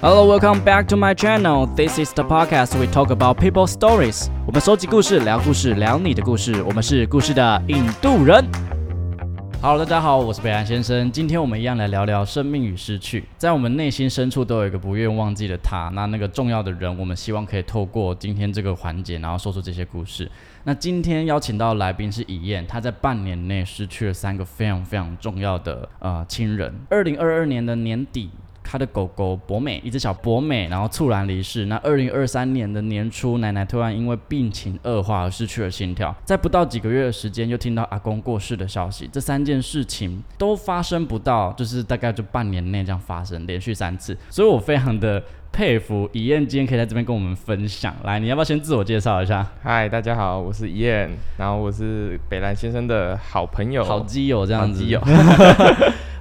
Hello, welcome back to my channel. This is the podcast we talk about people stories. 我们收集故事，聊故事，聊你的故事。我们是故事的印度人。Hello，大家好，我是北岸先生。今天我们一样来聊聊生命与失去。在我们内心深处都有一个不愿忘记的他，那那个重要的人，我们希望可以透过今天这个环节，然后说出这些故事。那今天邀请到的来宾是以燕，她在半年内失去了三个非常非常重要的呃亲人。二零二二年的年底，他的狗狗博美，一只小博美，然后猝然离世。那二零二三年的年初，奶奶突然因为病情恶化而失去了心跳，在不到几个月的时间，又听到阿公过世的消息。这三件事情都发生不到，就是大概就半年内这样发生，连续三次。所以我非常的佩服以燕，今天可以在这边跟我们分享。来，你要不要先自我介绍一下？嗨，大家好，我是伊燕，然后我是北兰先生的好朋友，好基友这样子。好基友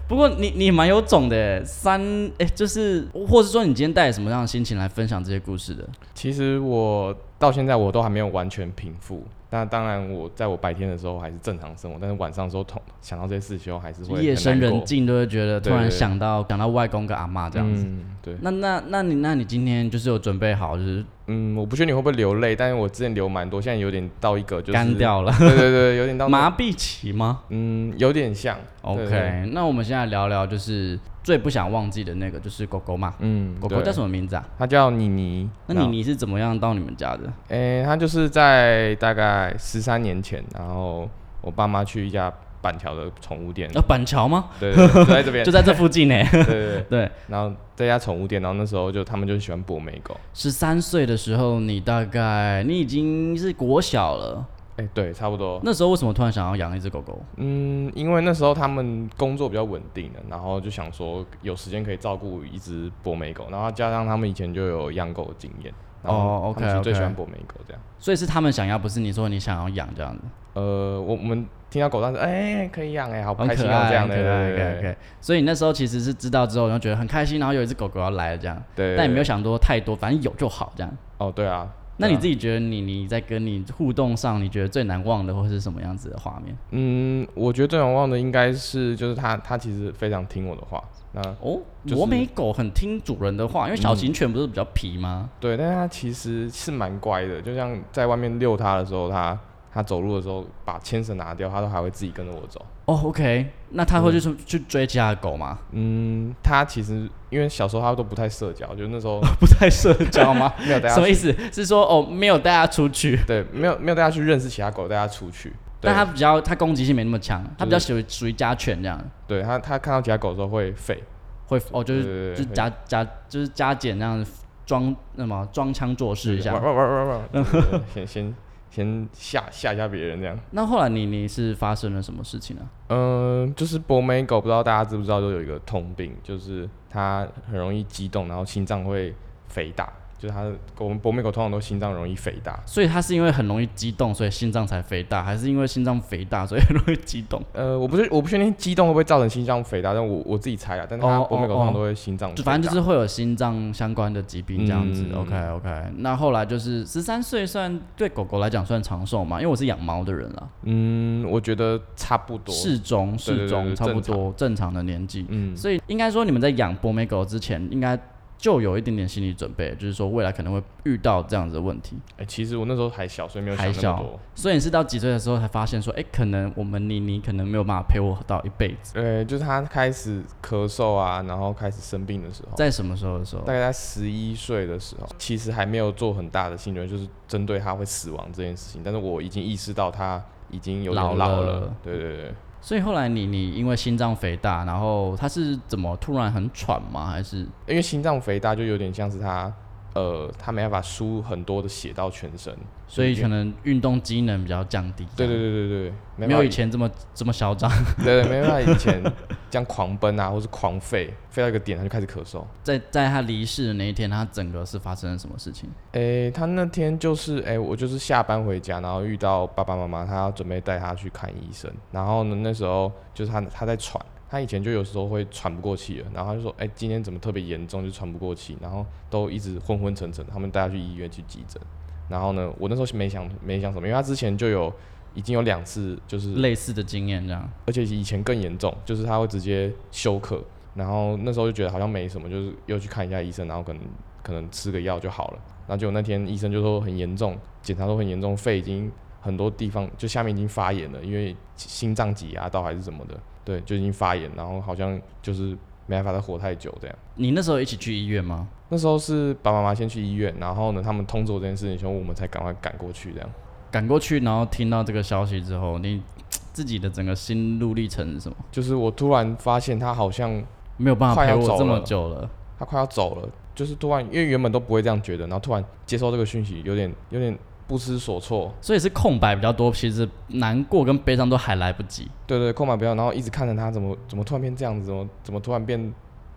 不过你你蛮有种的耶，三哎、就是或者说你今天带着什么样的心情来分享这些故事的？其实我到现在我都还没有完全平复。那当然，我在我白天的时候还是正常生活，但是晚上的时候，通想到这些事情，还是会夜很深难人过静都会觉得突对然对想到想到外公跟阿妈这样子。嗯，对，那那那你那你今天就是有准备好就是嗯，我不确定你会不会流泪，但是我之前流蛮多，现在有点到一个就是干，掉了、对对对，有点到那麻痹期吗嗯，有点像对对？OK，那我们现在聊聊就是最不想忘记的那个就是狗狗嘛，嗯，狗狗叫什么？么名字啊？它叫妮妮。那然你后你是怎么样到你们家的？诶、他就是在大概十三年前，然后我爸妈去一家板桥的宠物店，呃，板桥吗？对对对，就在这 边，就在这附近呢、欸 对对对。对，然后这家宠物店，然后那时候就他们就喜欢博美狗，十三岁的时候，你大概你已经是国小了，哎、对，差不多。那时候为什么突然想要养一只狗狗？嗯，因为那时候他们工作比较稳定的，然后就想说有时间可以照顾一只博美狗，然后加上他们以前就有养狗的经验，然哦后他们就，OK，OK 最喜欢博美狗这样。所以是他们想要，不是你说你想要养这样子，呃，我我们听到狗当时，哎、可以养哎、好很开心可哦、爱，这样的，很可对爱对，OK 对对 OK。所以你那时候其实是知道之后，然后觉得很开心，然后有一只狗狗要来了这样，对，但也没有对想多太多，反正有就好这样。哦，对啊。那你对啊自己觉得你你在跟你互动上，你觉得最难忘的或是什么样子的画面？嗯，我觉得最难忘的应该是，就是他，他其实非常听我的话。那哦，就是博美狗很听主人的嗯话，因为小型犬不是比较皮吗？对，但是他其实是蛮乖的，就像在外面遛它的时候，它它走路的时候把牵绳拿掉，它都还会自己跟着我走。哦，OK，那他会去、去追其他的狗 吗？嗯，它其实因为小时候它都不太社交，就那时候不太社交吗？没有带什么它，意思？是说哦，没有带它出去，对，没有没有带它去认识其他狗，带它出去。对但它比较它攻击性没那么强，它比较属于属于家犬这样，对它它看到其他狗的时候会吠，会哦就对是对对，就是会加加就是加减这样装那么装腔作势一哇下。哇哇哇哇，对对对先先先吓吓一下别人这样。那后来你你是发生了什么事情呢、嗯，就是博美狗，不知道大家知不知道，就有一个通病，就是它很容易激动，然后心脏会肥大。就是它的，我们博美狗通常都心脏容易肥大。所以它是因为很容易激动，所以心脏才肥大，还是因为心脏肥大所以很容易激 动？呃，我不是我不确定激动会不会造成心脏肥大，但我我自己猜啊，但是它哦博美狗哦通常都会心脏肥大、就反正就是会有心脏相关的疾病这样子。嗯 OK OK，那后来就是十三岁算对狗狗来讲算长寿嘛，因为我是养猫的人啊啦。嗯，我觉得差不多。适中对适对中，对差不正常多正常的年纪。嗯，所以应该说，你们在养博美狗之前，应该就有一点点心理准备，就是说未来可能会遇到这样子的问题。哎、其实我那时候还小，所以没有还想那小么多。所以你是到几岁的时候才发现说，哎、可能我们妮妮可能没有办法陪我到一辈子。呃，就是它开始咳嗽啊，然后开始生病的时候，在什么时候的时候大？概在十一岁的时候，其实还没有做很大的心理准备，就是针对他会死亡这件事情。但是我已经意识到他已经有点老老了对对对，所以后来你你因为心脏肥大，然后她是怎么突然很喘吗？还是因为心脏肥大就有点像是他，呃，他没办法输很多的血到全身。所以可能运动机能比较降低？对对对对对，没没有办以法，前这么这么嚣张。 对对，没办法以前这样狂奔啊，或是狂吠， 吠到一个点他就开始咳嗽。在在她离世的那一天，她整个是发生了什么事情？诶、他那天就是诶、我就是下班回家，然后遇到爸爸妈妈，他要准备带他去看医生。然后呢，那时候就是他他在喘，他以前就有时候会喘不过气了，然后他就说，诶、今天怎么特别严重，就喘不过气，然后都一直昏昏沉沉。他们带他去医院去急诊。然后呢，我那时候是没想没想什么，因为他之前就有已经有两次就是，类似的经验这样。而且以前更严重，就是他会直接休克，然后那时候就觉得好像没什么，就是又去看一下医生，然后可能可能吃个药就好了。那结果那天医生就说很严重，检查都很严重，肺已经很多地方就下面已经发炎了，因为心脏挤压到还是什么的，对，就已经发炎，然后好像就是没办法再活太久这样。你那时候一起去医院吗？那时候是爸爸妈妈先去医院，然后呢，他们通知我这件事情，所以我们才赶快赶过去这样。赶过去，然后听到这个消息之后，你自己的整个心路历程是什么？就是我突然发现他好像没有办法快陪要我走这么了久了，他快要走了，就是突然因为原本都不会这样觉得，然后突然接收这个讯息，有点有点不知所措。所以是空白比较多。其实难过跟悲伤都还来不及。对对，空白不要，然后一直看着他怎么怎么突然变这样子，怎么怎么突然变，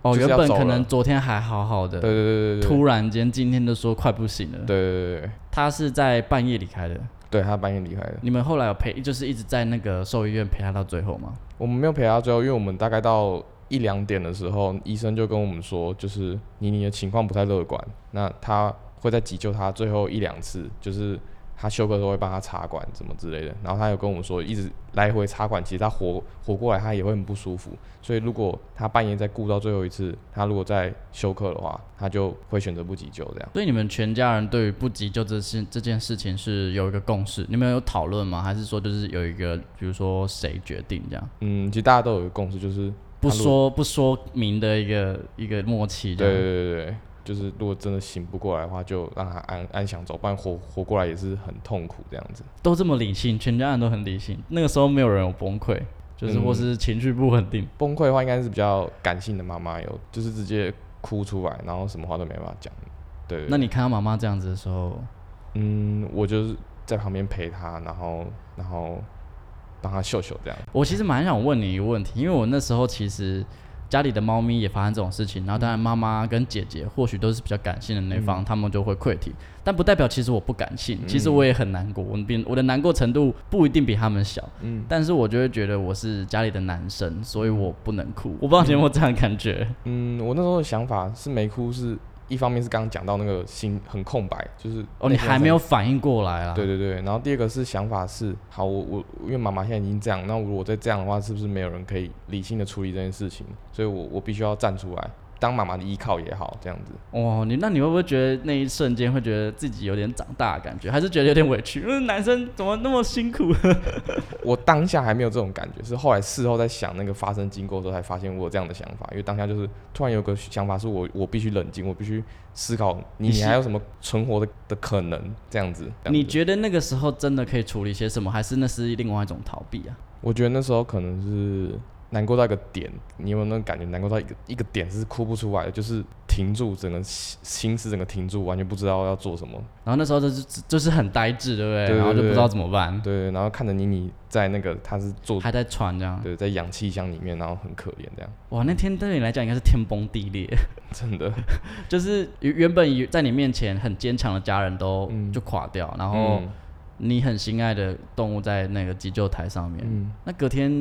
哦，就是原要本走可了能昨天还好好的，对对对对对，突然间今天就说快不行了。对对对对，他是在半夜离开的。对他半夜离开了，你们后来有陪，就是一直在那个兽医院陪他到最后吗？我们没有陪他最后，因为我们大概到一两点的时候，医生就跟我们说，就是妮妮的情况不太乐观，那他会再急救他最后一两次，就是他休克的时候会帮他插管什么之类的。然后他有跟我们说，一直来回插管，其实他活活过来他也会很不舒服，所以如果他半夜再顾到最后一次，他如果再休克的话，他就会选择不急救这样。所以你们全家人对于不急救这事这件事情是有一个共识，你们有讨论吗？还是说就是有一个，比如说谁决定这样，嗯，其实大家都有一个共识，就是不他如说不说明的一个一个默契这对样？对对对对，就是如果真的醒不过来的话，就让他安安享走，不然活活过来也是很痛苦这样子。都这么理性，全家人都很理性，那个时候没有人有崩溃，就是嗯或是情绪不稳定。崩溃的话，应该是比较感性的妈妈有，就是直接哭出来，然后什么话都没办法讲。对对那你看到妈妈这样子的时候，嗯，我就是在旁边陪她，然后然后帮她秀秀这样。我其实蛮想问你一个问题，因为我那时候其实家里的猫咪也发生这种事情，然后当然妈妈跟姐姐或许都是比较感性的那一嗯方，他、们就会溃体，但不代表其实我不感性，其实我也很难过，我比我的难过程度不一定比他们小，嗯但是我就会觉得我是家里的男生，所以我不能哭，我不知道你有没有这样的感觉，嗯，我那时候的想法是没哭是。一方面是刚刚讲到那个心很空白，就是哦，你内心还很没有反应过来啊？对，对对，然后第二个是想法是，好，我我因为妈妈现在已经这样，那如果再这样的话，是不是没有人可以理性的处理这件事情？所以我我必须要站出来，当妈妈的依靠也好，这样子。哦，你那你会不会觉得那一瞬间会觉得自己有点长大的感觉，还是觉得有点委屈？嗯，男生怎么那么辛苦？我当下还没有这种感觉，是后来事后在想那个发生经过的时候，才发现我有这样的想法。因为当下就是突然有个想法，是我我必须冷静，我必须思考你你你是还有什么存活的的可能这样子。这样你子觉得那个时候真的可以处理些什么，还是那是另外一种逃避啊？我觉得那时候可能是难过到一个点，你有没有那种感觉？难过到一个一个点是哭不出来的，就是停住，整个心心思整个停住，完全不知道要做什么。然后那时候就是就是很呆滞，对不对？对对然后就不对知道怎么办，对，然后看着妮妮在那个，她是坐还在喘这样。 对在氧气箱里面，然后很可怜这样，哇，那天对你来讲应该是天崩地裂，真的。就是原原本以在你面前很坚强的家人都嗯就垮掉，然后嗯你很心爱的动物在那个急救台上面。嗯，那隔天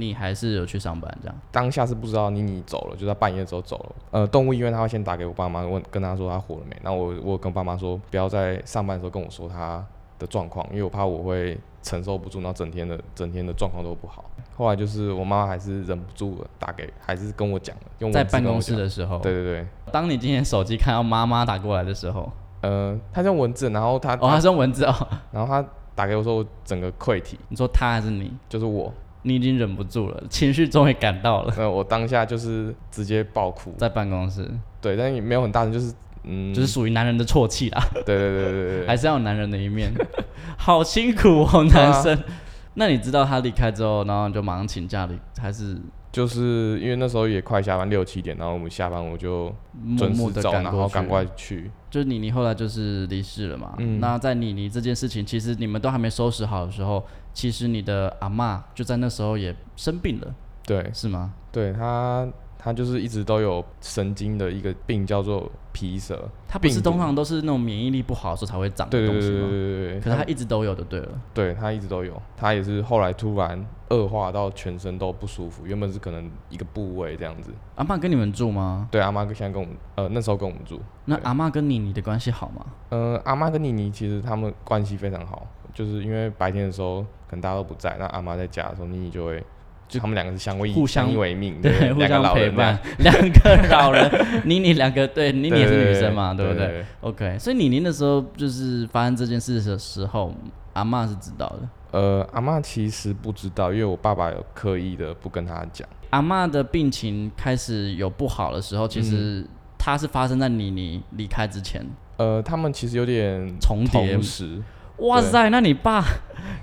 你还是有去上班这样，当下是不知道妮妮走了，就在半夜的时候走了。呃，动物医院他会先打给我爸妈，问跟他说他活了没。那我我有跟爸妈说，不要在上班的时候跟我说他的状况，因为我怕我会承受不住，然后整天的整天的状况都不好。后来就是我妈妈还是忍不住了，打给还是跟我讲了，用文在字办跟我公室讲。的时候，对对对，当你今天手机看到妈妈打过来的时候，呃，他用文字，然后他，哦，她是用文字哦，然后他打给我说我整个溃体，你说她还是你？就是我，呃你已经忍不住了，情绪终于赶到了， 那我当下就是直接爆哭，在办公室，对，但也没有很大声，就是嗯，就是属于男人的啜泣啦，对对对对对对，还是要有男人的一面。 好辛苦哦，男啊生。 那你知道他离开之后，然后你就马上请假离，还是就是因为那时候也快下班六七点，然后我们下班我就默准默时的走，赶然后过去？赶快去。就是妮妮后来就是离世了嘛。嗯那在妮妮这件事情，其实你们都还没收拾好的时候，其实你的阿嬷就在那时候也生病了，对，是吗？对他他就是一直都有神经的一个病叫做皮蛇，她不是病毒通常都是那种免疫力不好的时候才会长对的东对对西对对吗？对对，可是她一直都有的，对了。对他一直都有，他也是后来突然恶化到全身都不舒服，原本是可能一个部位这样子。阿嬷跟你们住吗？对，阿妈现在跟我们呃那时候跟我们住，那对阿嬷跟妮妮的关系好吗？呃，阿妈跟妮妮其实他们关系非常好，就是因为白天的时候可能大家都不在，那阿妈在家的时候，妮妮就会就他们两个是相依互相相依为命，对不对，互嗯两个相老陪人这样伴， 两个老人， 妮妮两个对，妮妮也是女生嘛，对对不对？OK，所以妮妮那时候就是发生这件事的时候，阿嬷是知道的。呃，阿嬷其实不知道，因为我爸爸有刻意的不跟她讲。阿嬷的病情开始有不好的时候，其嗯实它是发生在妮妮离开之前呃，他们其实有点重叠同。时，哇塞，那你爸，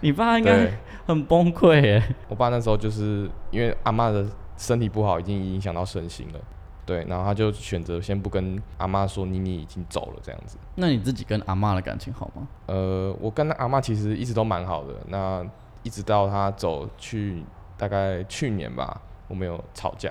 你爸应该对，很崩溃耶。我爸那时候就是因为阿嬷的身体不好，已经影响到身心了，对，然后他就选择先不跟阿嬷说妮妮已经走了这样子。那你自己跟阿嬷的感情好吗？呃，我跟阿嬷其实一直都蛮好的，那一直到她走去，大概去年吧，我们有吵架，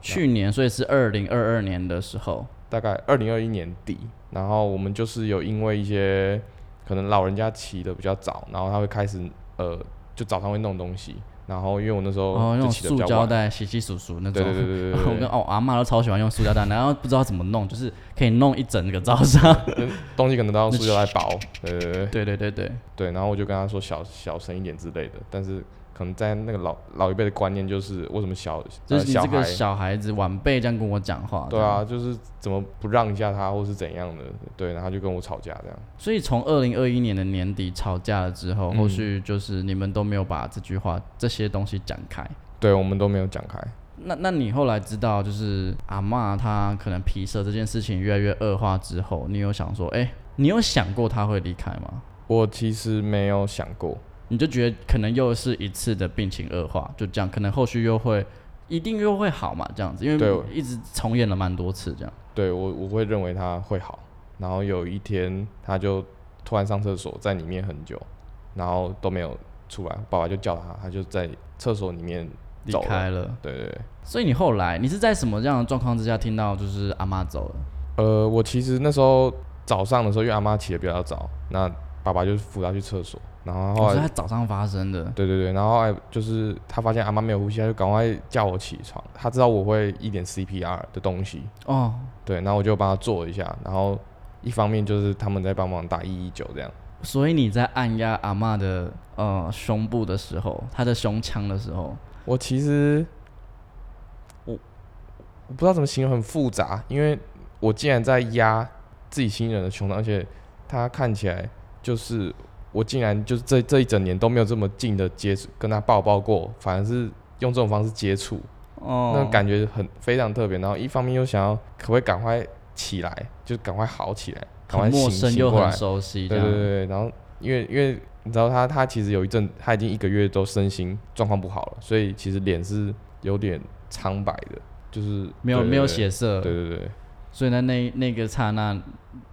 去年，所以是二零二二年的时候，大概二零二一年底，然后我们就是有因为一些可能老人家起的比较早，然后他会开始呃，就早上会弄东西，然后因为我那时哦，候就用起的比塑较胶晚，袋洗洗簌簌那对种。对对对 我对跟对，哦阿嬷都超喜欢用塑胶袋，然后不知道怎么弄，就是可以弄一整个早上。嗯东西可能都要用塑胶袋包，对对对对对 对对，对，然后我就跟他说小小声一点之类的，但是可能在那个老老一辈的观念就是为什么小就呃是你小这个孩小孩子晚辈这样跟我讲话。对啊，就是怎么不让一下他或是怎样的，对，然后他就跟我吵架这样。所以从二零二一年的年底吵架了之后，嗯后续就是你们都没有把这句话这些东西讲开。对，我们都没有讲开。那那你后来知道就是阿嬷她可能皮色这件事情越来越恶化之后，你有想说，哎、你有想过她会离开吗？我其实没有想过，你就觉得可能又是一次的病情恶化，就这样，可能后续又会一定又会好嘛，这样子，因对为我一直重演了蛮多次这样。对我我会认为他会好，然后有一天他就突然上厕所，在里面很久，然后都没有出来，爸爸就叫他，他就在厕所里面离走开了，对对对，所以你后来你是在什么样的状况之下听到就是阿嬷走了？呃，我其实那时候早上的时候，因为阿妈起的比较早，那爸爸就扶她去厕所，然后我后哦是来在早上发生的，对对对，然后哎，就是他发现阿妈没有呼吸，他就赶快叫我起床。他知道我会一点 CPR 的东西，哦，对，然后我就帮他做一下。然后一方面就是他们在帮忙打一一九这样，所以你在按压阿嬷的呃胸部的时候，她的胸腔的时候，我其实我我不知道怎么形容，很复杂，因为我竟然在压自己亲人的胸膛，而且他看起来就是我竟然就是这这一整年都没有这么近的接触跟他抱抱过，反而是用这种方式接触。哦，那感觉很非常特别。然后一方面又想要可不可以赶快起来，就赶快好起来，赶快很陌醒生醒又过很来。熟悉，对这对样对对，然后因为因为你知道他他其实有一阵他已经一个月都身心状况不好了，所以其实脸是有点苍白的，就是没有对对没有对血色，对对对所以在那那个刹那，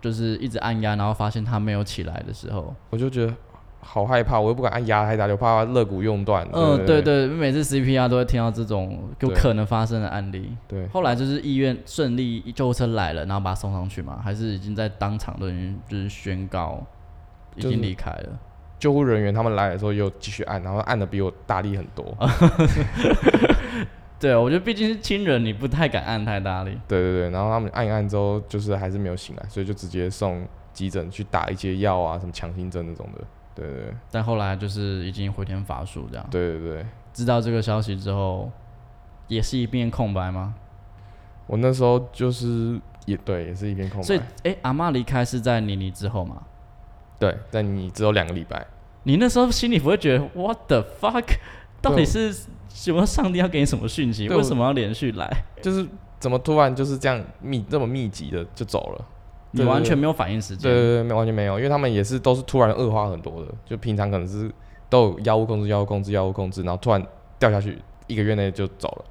就是一直按压，然后发现她没有起来的时候，我就觉得好害怕，我又不敢按压太大力，我怕肋骨用断。嗯，对对对，每次 CPR 都会听到这种有可能发生的案例。对，后来就是医院顺利救护车来了，然后把他送上去嘛，还是已经在当场都已经就是宣告已就是经离开了。救护人员他们来的时候又继续按，然后按的比我大力很多。对，我觉得毕竟是亲人，你不太敢按太大力。对对对，然后他们按一按之后，就是还是没有醒来，所以就直接送急诊去打一些药啊，什么强心针那种的。对对对但后来就是已经回天乏术这样。对对对，知道这个消息之后，也是一片空白吗？我那时候就是也对，也是一片空所以白。，哎、阿妈离开是在妮妮之后嘛？对，但你只有两个礼拜，你那时候心里不会觉得 what the fuck，到底我是什么？上帝要给你什么讯息？对我为什么要连续来？就是怎么突然就是这样密这么密集的就走了？你完全没有反应时对间。对对，没完全没有，因为他们也是都是突然恶化很多的，就平常可能是都有药物控制、药物控制、药物控制，然后突然掉下去，一个月内就走了。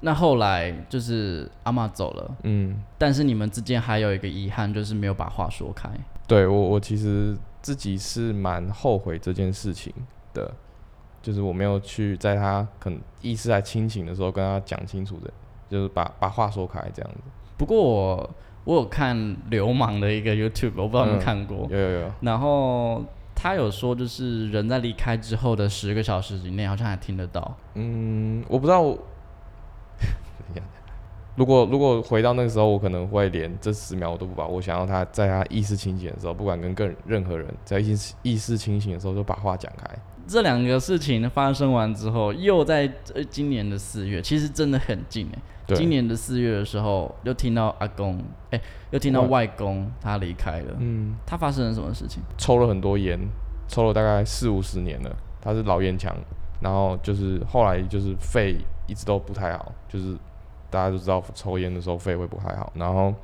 那后来就是阿嬷走了，嗯，但是你们之间还有一个遗憾，就是没有把话说开。对我，我其实自己是蛮后悔这件事情的，就是我没有去在他可能意识还清醒的时候跟他讲清楚的，就是把把话说开这样子。不过我我有看流氓的一个 YouTube，我不知道你们看过，有有有，然后他有说，就是人在离开之后的十个小时以内，好像还听得到。嗯，我不知道我，如果如果回到那个时候，我可能会连这十秒我都不把握。我想要他在他意识清醒的时候，不管跟更任何人，在意识意识清醒的时候，就把话讲开。这两个事情发生完之后，又在呃今年的四月，其实真的很近哎、对，今年的四月的时候，又听到阿公，哎、又听到哇外公他离开了。嗯，他发生了什么事情？抽了很多烟，抽了大概四五十年了，他是老烟枪，然后就是后来就是肺一直都不太好，就是大家都知道抽烟的时候肺会不太好，然后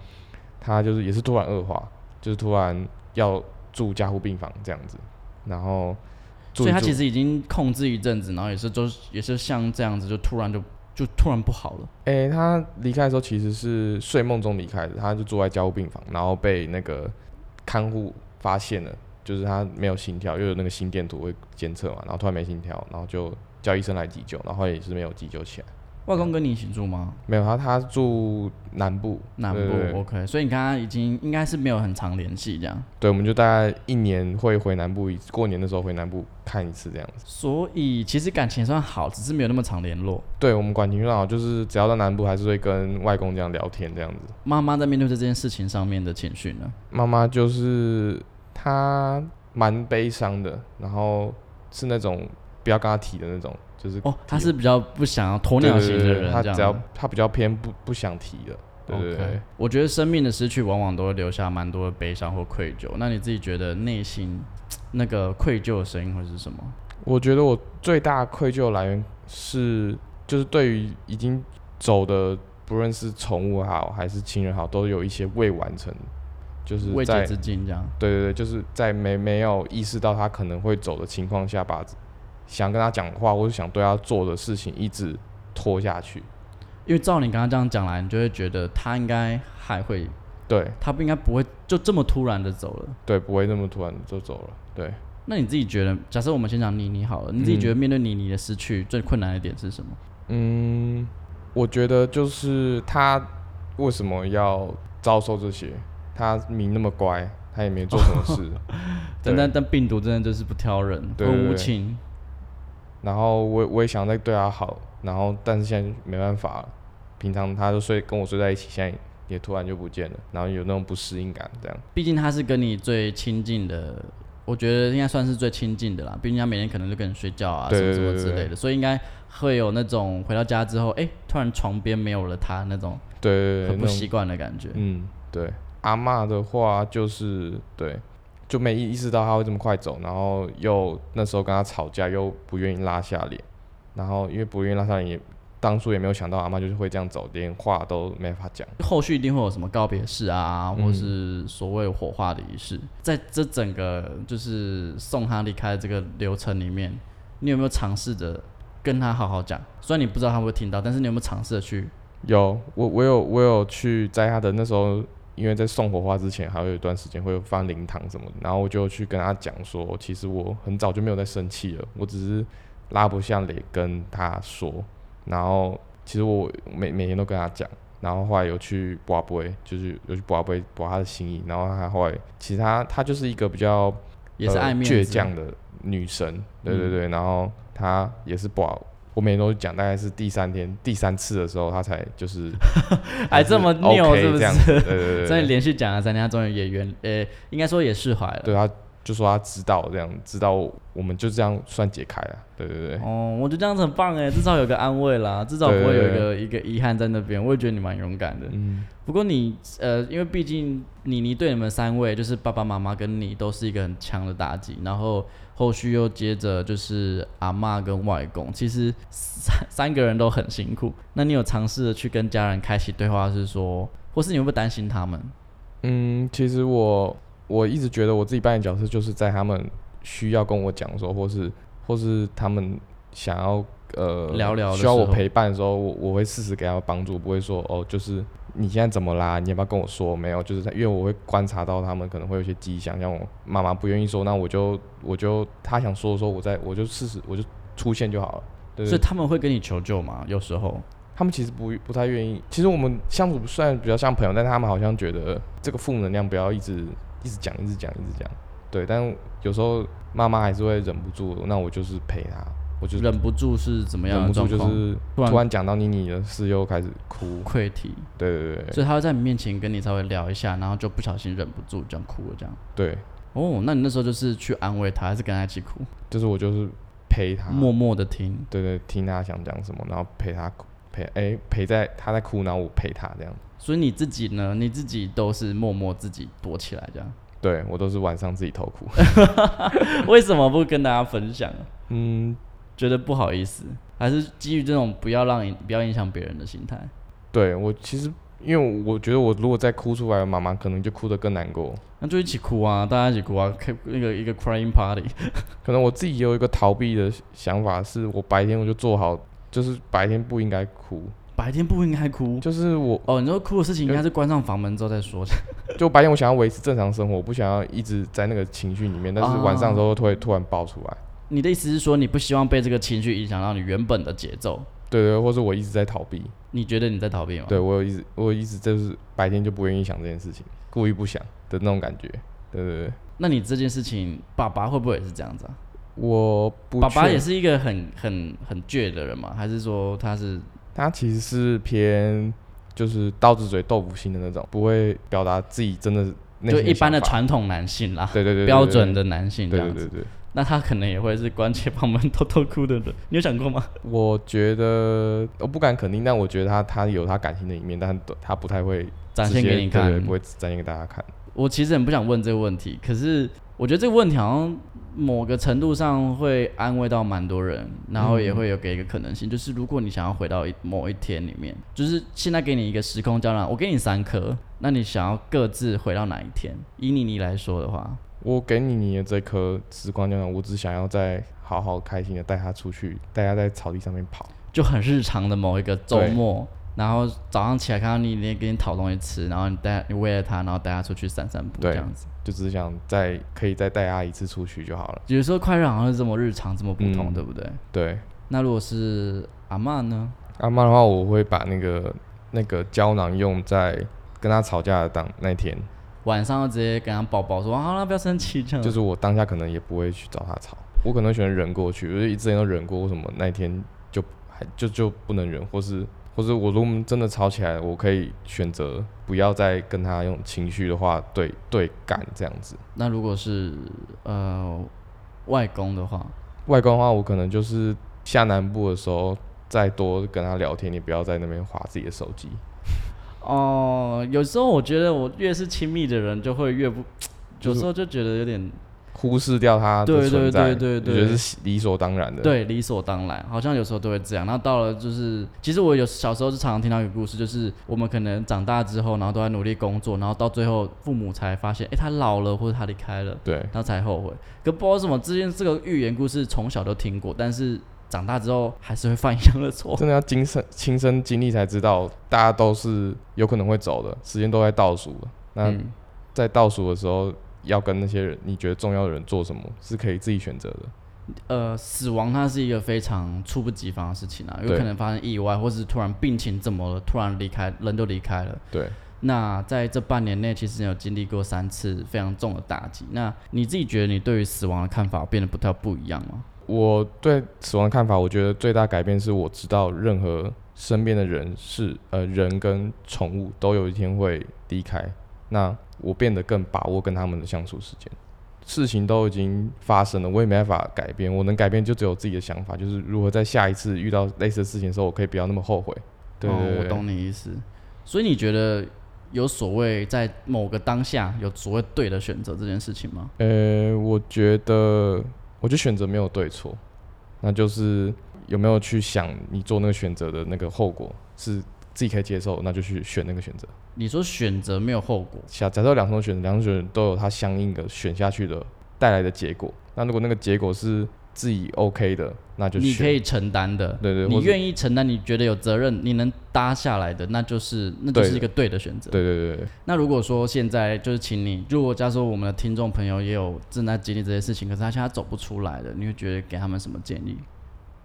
他就是也是突然恶化，就是突然要住加护病房这样子，然后住所以一他住其实已经控制一阵子，然后也是就是也是像这样子，就突然就就突然不好了。诶、他离开的时候其实是睡梦中离开的，他就住在加护病房，然后被那个看护发现了，就是他没有心跳，又有那个心电图会监测嘛，然后突然没心跳，然后就叫医生来急救，然后也是没有急救起来，外公跟你一起住吗？没有他他住南部，南对对部对 OK，所以你跟他已经应该是没有很常联系这样。对，我们就大概一年会回南部一次，过年的时候回南部看一次这样子。所以其实感情算好，只是没有那么常联络。对我们感情非常好，就是只要在南部还是会跟外公这样聊天这样子。妈妈在面对这件事情上面的情绪呢？妈妈就是她蛮悲伤的，然后是那种不要跟她提的那种，就是哦，她是比较不想要鸵对对鸟对型的对人，她这样只要她比较偏不不想提的，对对 OK 对。我觉得生命的失去往往都会留下蛮多的悲伤或愧疚。那你自己觉得内心那个愧疚的声音会是什么？我觉得我最大愧疚的来源是，就是对于已经走的，不论是宠物好还是亲人好，都有一些未完成，就是未在解之境这样。对对对，就是在没没有意识到他可能会走的情况下，把想跟他讲话或者想对他做的事情一直拖下去。因为照你刚刚这样讲来，你就会觉得他应该还会，对他不应该不会就这么突然的走了。对，不会那么突然就走了。对，那你自己觉得，假设我们先讲妮妮好了，你自己觉得面对妮妮的失去最困难的点是什么？。嗯，我觉得就是他为什么要遭受这些？他明那么乖，他也没做什么事 但对但但病毒真的就是不挑人，对会对无对情。然后我我也想再对他好，然后但是现在没办法了。平常他都睡跟我睡在一起，现在也突然就不见了，然后有那种不适应感这样。毕竟他是跟你最亲近的，我觉得应该算是最亲近的啦。毕竟他每天可能就跟你睡觉啊，对什么什对么对之对类的，所以应该会有那种回到家之后，哎、突然床边没有了他那种对对对，很不那种习惯的感觉。嗯，对。阿嬷的话就是对，就没意意识到她会这么快走，然后又那时候跟她吵架，又不愿意拉下脸，然后因为不愿意拉下脸也，当初也没有想到阿嬷就是会这样走，连话都没法讲。后续一定会有什么告别式啊，嗯或是所谓火化的仪式，在这整个就是送他离开的这个流程里面，你有没有尝试着跟他好好讲？虽然你不知道他会不会听到，但是你有没有尝试着去？有我我有我有去在她的那时候，因为在送火花之前，还有一段时间会放灵堂什么的，然后我就去跟她讲说，其实我很早就没有在生气了，我只是拉不下脸跟她说，然后其实我每每天都跟她讲，然后后来有去拔杯，就是有去拔杯拔她的心意，然后她后来其实她她就是一个比较也是呃爱面子，嗯倔强的女神，对对对，然后她也是不好。我每天都讲，大概是第三天、第三次的时候，她才就是 还哎这么拗 OK 是不是这样子对对对在对对，连续讲了三天，他终于也原呃、应该说也释怀了。对她就说她知道这样，知道我们就这样算解开了，对对对，哦，我觉得这样子很棒哎，至少有个安慰啦，至少不会有一对个一个遗憾在那边。我也觉得你蛮勇敢的。嗯，不过你呃，因为毕竟妮妮对你们三位，就是爸爸妈妈跟你都是一个很强的打击，然后后续又接着就是阿嬷跟外公，其实三三个人都很辛苦。 那你有尝试着去跟家人开启对话，是说，或是你会不会担心他们？嗯，其实我我一直觉得我自己扮演角色就是在他们需要跟我讲说，或是或是他们想要呃聊聊的需要我时候陪伴的时候，我我会适时给他们帮助，不会说哦，就是你现在怎么啦？你要不要跟我说？没有，就是他因为我会观察到他们可能会有一些迹象，像我妈妈不愿意说，那我就我就他想说的时候，我再我就适时我就出现就好了。对所对以他们会跟你求救吗？有时候他们其实不不太愿意。其实我们相处虽然比较像朋友，但他们好像觉得这个负能量不要一直一直讲，一直讲，一直讲。对，但有时候妈妈还是会忍不住，那我就是陪她，我就忍不住是怎么样的忍不状住就况？是突然突然讲到妮妮的事又开始哭，溃体，对对对对所以他会在你面前跟你稍微聊一下，然后就不小心忍不住这样哭了，这样。对，哦，那你那时候就是去安慰他，还是跟他一起哭，就是我就是陪她，默默的听？对对，听她想讲什么，然后陪她哭，陪哎、陪在她在哭，然后我陪她这样，所以你自己呢？你自己都是默默自己躲起来这样？对我都是晚上自己偷 哭，为什么不跟大家分享？嗯，觉得不好意思，还是基于这种不要让你不要影响别人的心态？对我其实因为我觉得我如果再哭出来，妈妈可能就哭得更难过，那就一起哭啊，大家一起哭啊，开那个一个 crying party。可能我自己也有一个逃避的想法，是我白天我就做好，就是白天不应该哭，白天不应该哭就是我哦，你说哭的事情应该是关上房门之后再说。就白天我想要维持正常生活，我不想要一直在那个情绪里面，但是晚上的哦时候突然突然爆出来，你的意思是说，你不希望被这个情绪影响到你原本的节奏？对对，或是我一直在逃避，你觉得你在逃避吗？对我有一直我有一直就是白天就不愿意想这件事情，故意不想的那种感觉，对对对，那你这件事情，爸爸会不会也是这样子啊？我不爸爸确也是一个很很很倔的人吗？还是说他是他其实是偏就是刀子嘴豆腐心的那种，不会表达自己真的内心就一般的想法传统男性啦，对对对对对标准的男性这对样对子？对对。那他可能也会是关起房门偷偷哭的人，你有想过吗？我觉得我不敢肯定，但我觉得他他有他感性的一面，但他他不太会展直现接给你看。对对，不会展现给大家看。我其实很不想问这个问题，可是我觉得这个问题好像某个程度上会安慰到蛮多人，然后嗯也会有给一个可能性，就是如果你想要回到一某一天里面，就是现在给你一个时空胶囊，我给你三颗，那你想要各自回到哪一天？以你你来说的话，我给你你的这颗时光胶囊，我只想要再好好开心的带他出去，带他在草地上面跑。就很日常的某一个周对末，然后早上起来看到你，你给你讨东西吃，然后你带你喂了它，然后带它出去散散步这对样子。就只是想再可以再带他一次出去就好了。有时候快乐好像是这么日常，这么普通，嗯对不对？对，那那如果是阿嬷呢？阿妈的话，我会把那个那个胶囊用在跟他吵架的当那天，晚上就直接跟他抱抱说：“好了，不要生气。”这样就是我当下可能也不会去找他吵，我可能喜欢忍过去，我就之前都忍过，为什么那一天就还就就不能忍，或是或是我如果真的吵起来，我可以选择不要再跟他用情绪的话对对干这样子。那如果是呃外公的话，外观的话，我可能就是下南部的时候再多跟他聊天，你不要在那边划自己的手机。哦、有时候我觉得我越是亲密的人，就会越不，就有是时候就觉得有点忽视掉他对的存在，对对对我觉对得是理所当然的。，对理所当然，好像有时候都会这样。然后到了就是，其实我有小时候就常常听到一个故事，就是我们可能长大之后，然后都在努力工作，然后到最后父母才发现，哎、他老了或者他离开了。对然后才后悔。可不知道为什么，之前这个寓言故事从小都听过，但是长大之后还是会犯一样的错。真的要亲身亲身经历才知道，大家都是有可能会走的，时间都在倒数了。 那嗯，在倒数的时候，要跟那些人你觉得重要的人做什么，是可以自己选择的。呃，死亡它是一个非常猝不及防的事情啊，有对可能发生意外，或是突然病情怎么了，突然离开，人都离开了。对，那在这半年内，其实你有经历过三次非常重的打击。那你自己觉得你对于死亡的看法变得不太不一样吗？我对死亡的看法，我觉得最大改变是我知道任何身边的人是呃人跟宠物都有一天会离开，那我变得更把握跟他们的相处时间。事情都已经发生了，我也没办法改变，我能改变就只有自己的想法，就是如何在下一次遇到类似的事情的时候，我可以不要那么后悔。对哦对对，我懂你意思。所以你觉得有所谓在某个当下有所谓对的选择这件事情吗？呃，我觉得，我觉得选择没有对错，那就是有没有去想你做那个选择的那个后果是自己可以接受，那就去选那个选择。你说选择没有后果，假假设两种选择，两种选择都有它相应的选下去的带来的结果。那如果那个结果是自己 OK 的，那就你选可以承担的，对对你或是愿意承担，你觉得有责任，你能搭下来的，那就是那就是对一个对的选择。对对对对，那如果说现在就是请你，如果假如说我们的听众朋友也有正在经历这些事情，可是他现在走不出来的，你会觉得给他们什么建议？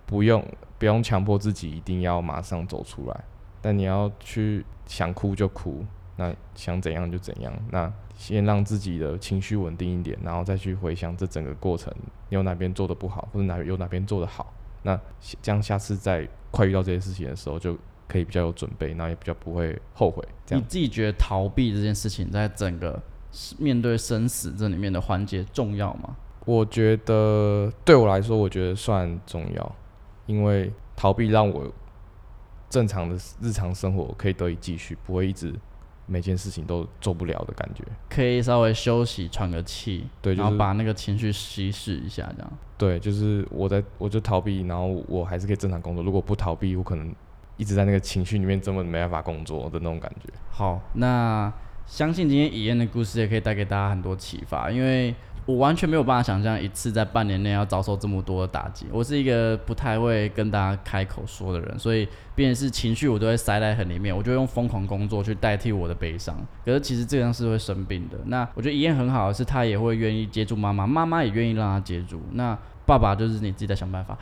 不用不用强迫自己一定要马上走出来，但你要去想哭就哭，那想怎样就怎样，那先让自己的情绪稳定一点，然后再去回想这整个过程，你有哪边做的不好，或者哪有哪边做的好，那下这样下次再快遇到这些事情的时候，就可以比较有准备，然后也比较不会后悔。这你样自己觉得逃避这件事情，在整个是面对生死这里面的环节重要吗？我觉得对我来说，我觉得算重要，因为逃避让我正常的日常生活可以得以继续，不会一直每件事情都做不了的感觉。可以稍微休息，喘个气，对就然后是把那个情绪稀释一下，这样。对，就是我在我就逃避，然后我还是可以正常工作。如果不逃避，我可能一直在那个情绪里面，根本没办法工作的那种感觉。好，那相信今天乙燕的故事也可以带给大家很多启发，因为我完全没有办法想象一次在半年内要遭受这么多的打击。我是一个不太会跟大家开口说的人，所以变成是情绪我都会塞在很里面，我就用疯狂工作去代替我的悲伤。可是其实这样是会生病的。那我觉得乙燕很好的是，她也会愿意接住妈妈，妈妈也愿意让她接住。那爸爸就是你自己在想办法，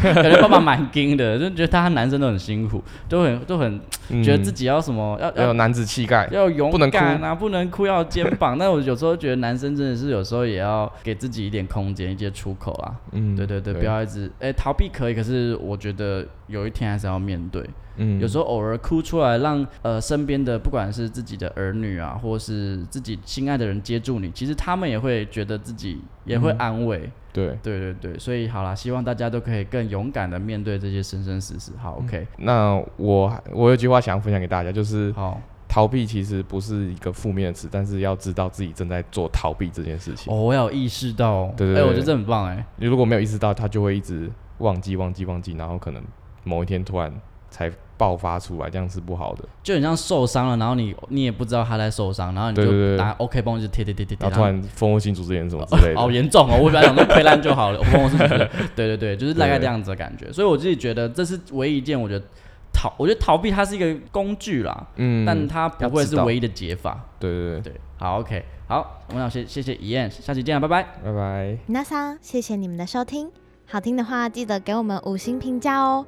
感觉爸爸蛮硬的，就觉得他男生都很辛苦，都很都很嗯觉得自己要什么要要要有男子气概，要勇哎不能哭敢啊，不能哭，要有肩膀。但我有时候觉得男生真的是有时候也要给自己一点空间，一些出口啊。嗯对对对，不，要一直哎、逃避可以，可是我觉得有一天还是要面对。嗯有时候偶尔哭出来，让呃身边的不管是自己的儿女啊，或是自己心爱的人接住你，其实他们也会觉得自己也会嗯安慰。对。对对对，所以好啦，希望大家都可以更勇敢的面对这些生生死死。好，OK，、嗯那我还我有句话想要分享给大家，就是好逃避其实不是一个负面的词，但是要知道自己正在做逃避这件事情。哦，我有意识到哦，对对哎、对我觉得这很棒哎、你如果没有意识到，他就会一直忘记、忘记、忘记，然后可能某一天突然才爆发出来，这样是不好的。就很像受伤了，然后你你也不知道他在受伤，然后你对对就对打 OK 绷就贴贴贴贴贴，然后突然蜂窝性组织炎什么之类的。好严重啊哦！我本来想说溃烂就好了，我跟我是 对对对，就是大概这样子的感觉。所以我自己觉得这是唯一一件我觉得逃，我觉得逃避它是一个工具啦，嗯，但它不会是唯一的解法。对对对，对，好 OK，好，我们要谢谢谢怡燕，下期见啊，拜拜。拜拜。那桑，谢谢你们的收听，好听的话记得给我们五星评价哦。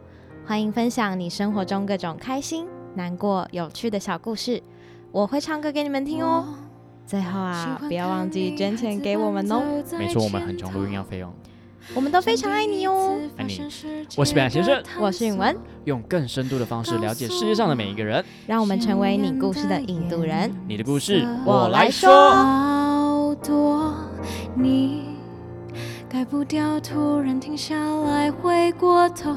欢迎分享你生活中各种开心、难过、有趣的小故事，我会唱歌给你们听哦。最后啊，不要忘记捐钱给我们哦，没错，我们很穷，录音要费用。我们都非常爱你哦。爱你，我是北岸先生，我是允文，用更深度的方式了解世界上的每一个人。让我们成为你故事的引渡人。你的故事，我来说好多，你改不掉，突然停下来，回过头，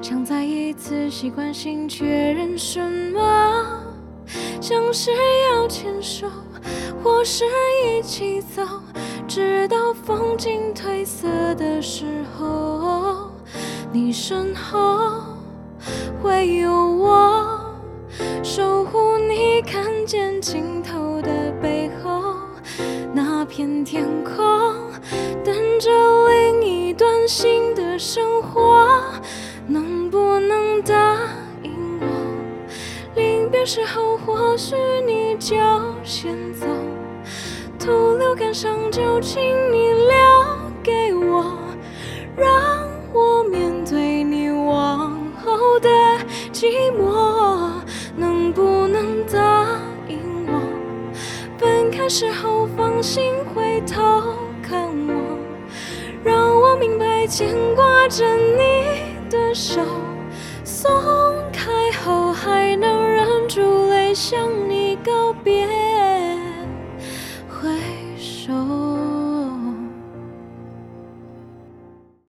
想再一次习惯性确认什么，像是要牵手，或是一起走，直到风景褪色的时候，你身后会有我。守护你看见尽头的背后，那片天空，等着另一段新的生活。能不能答应我？临别时候，或许你就先走，徒留感伤就请你留给我，让我面对你往后的寂寞。能不能答应我？分开时候放心回头看我，让我明白牵挂着你的手，松开后还能忍住泪想你。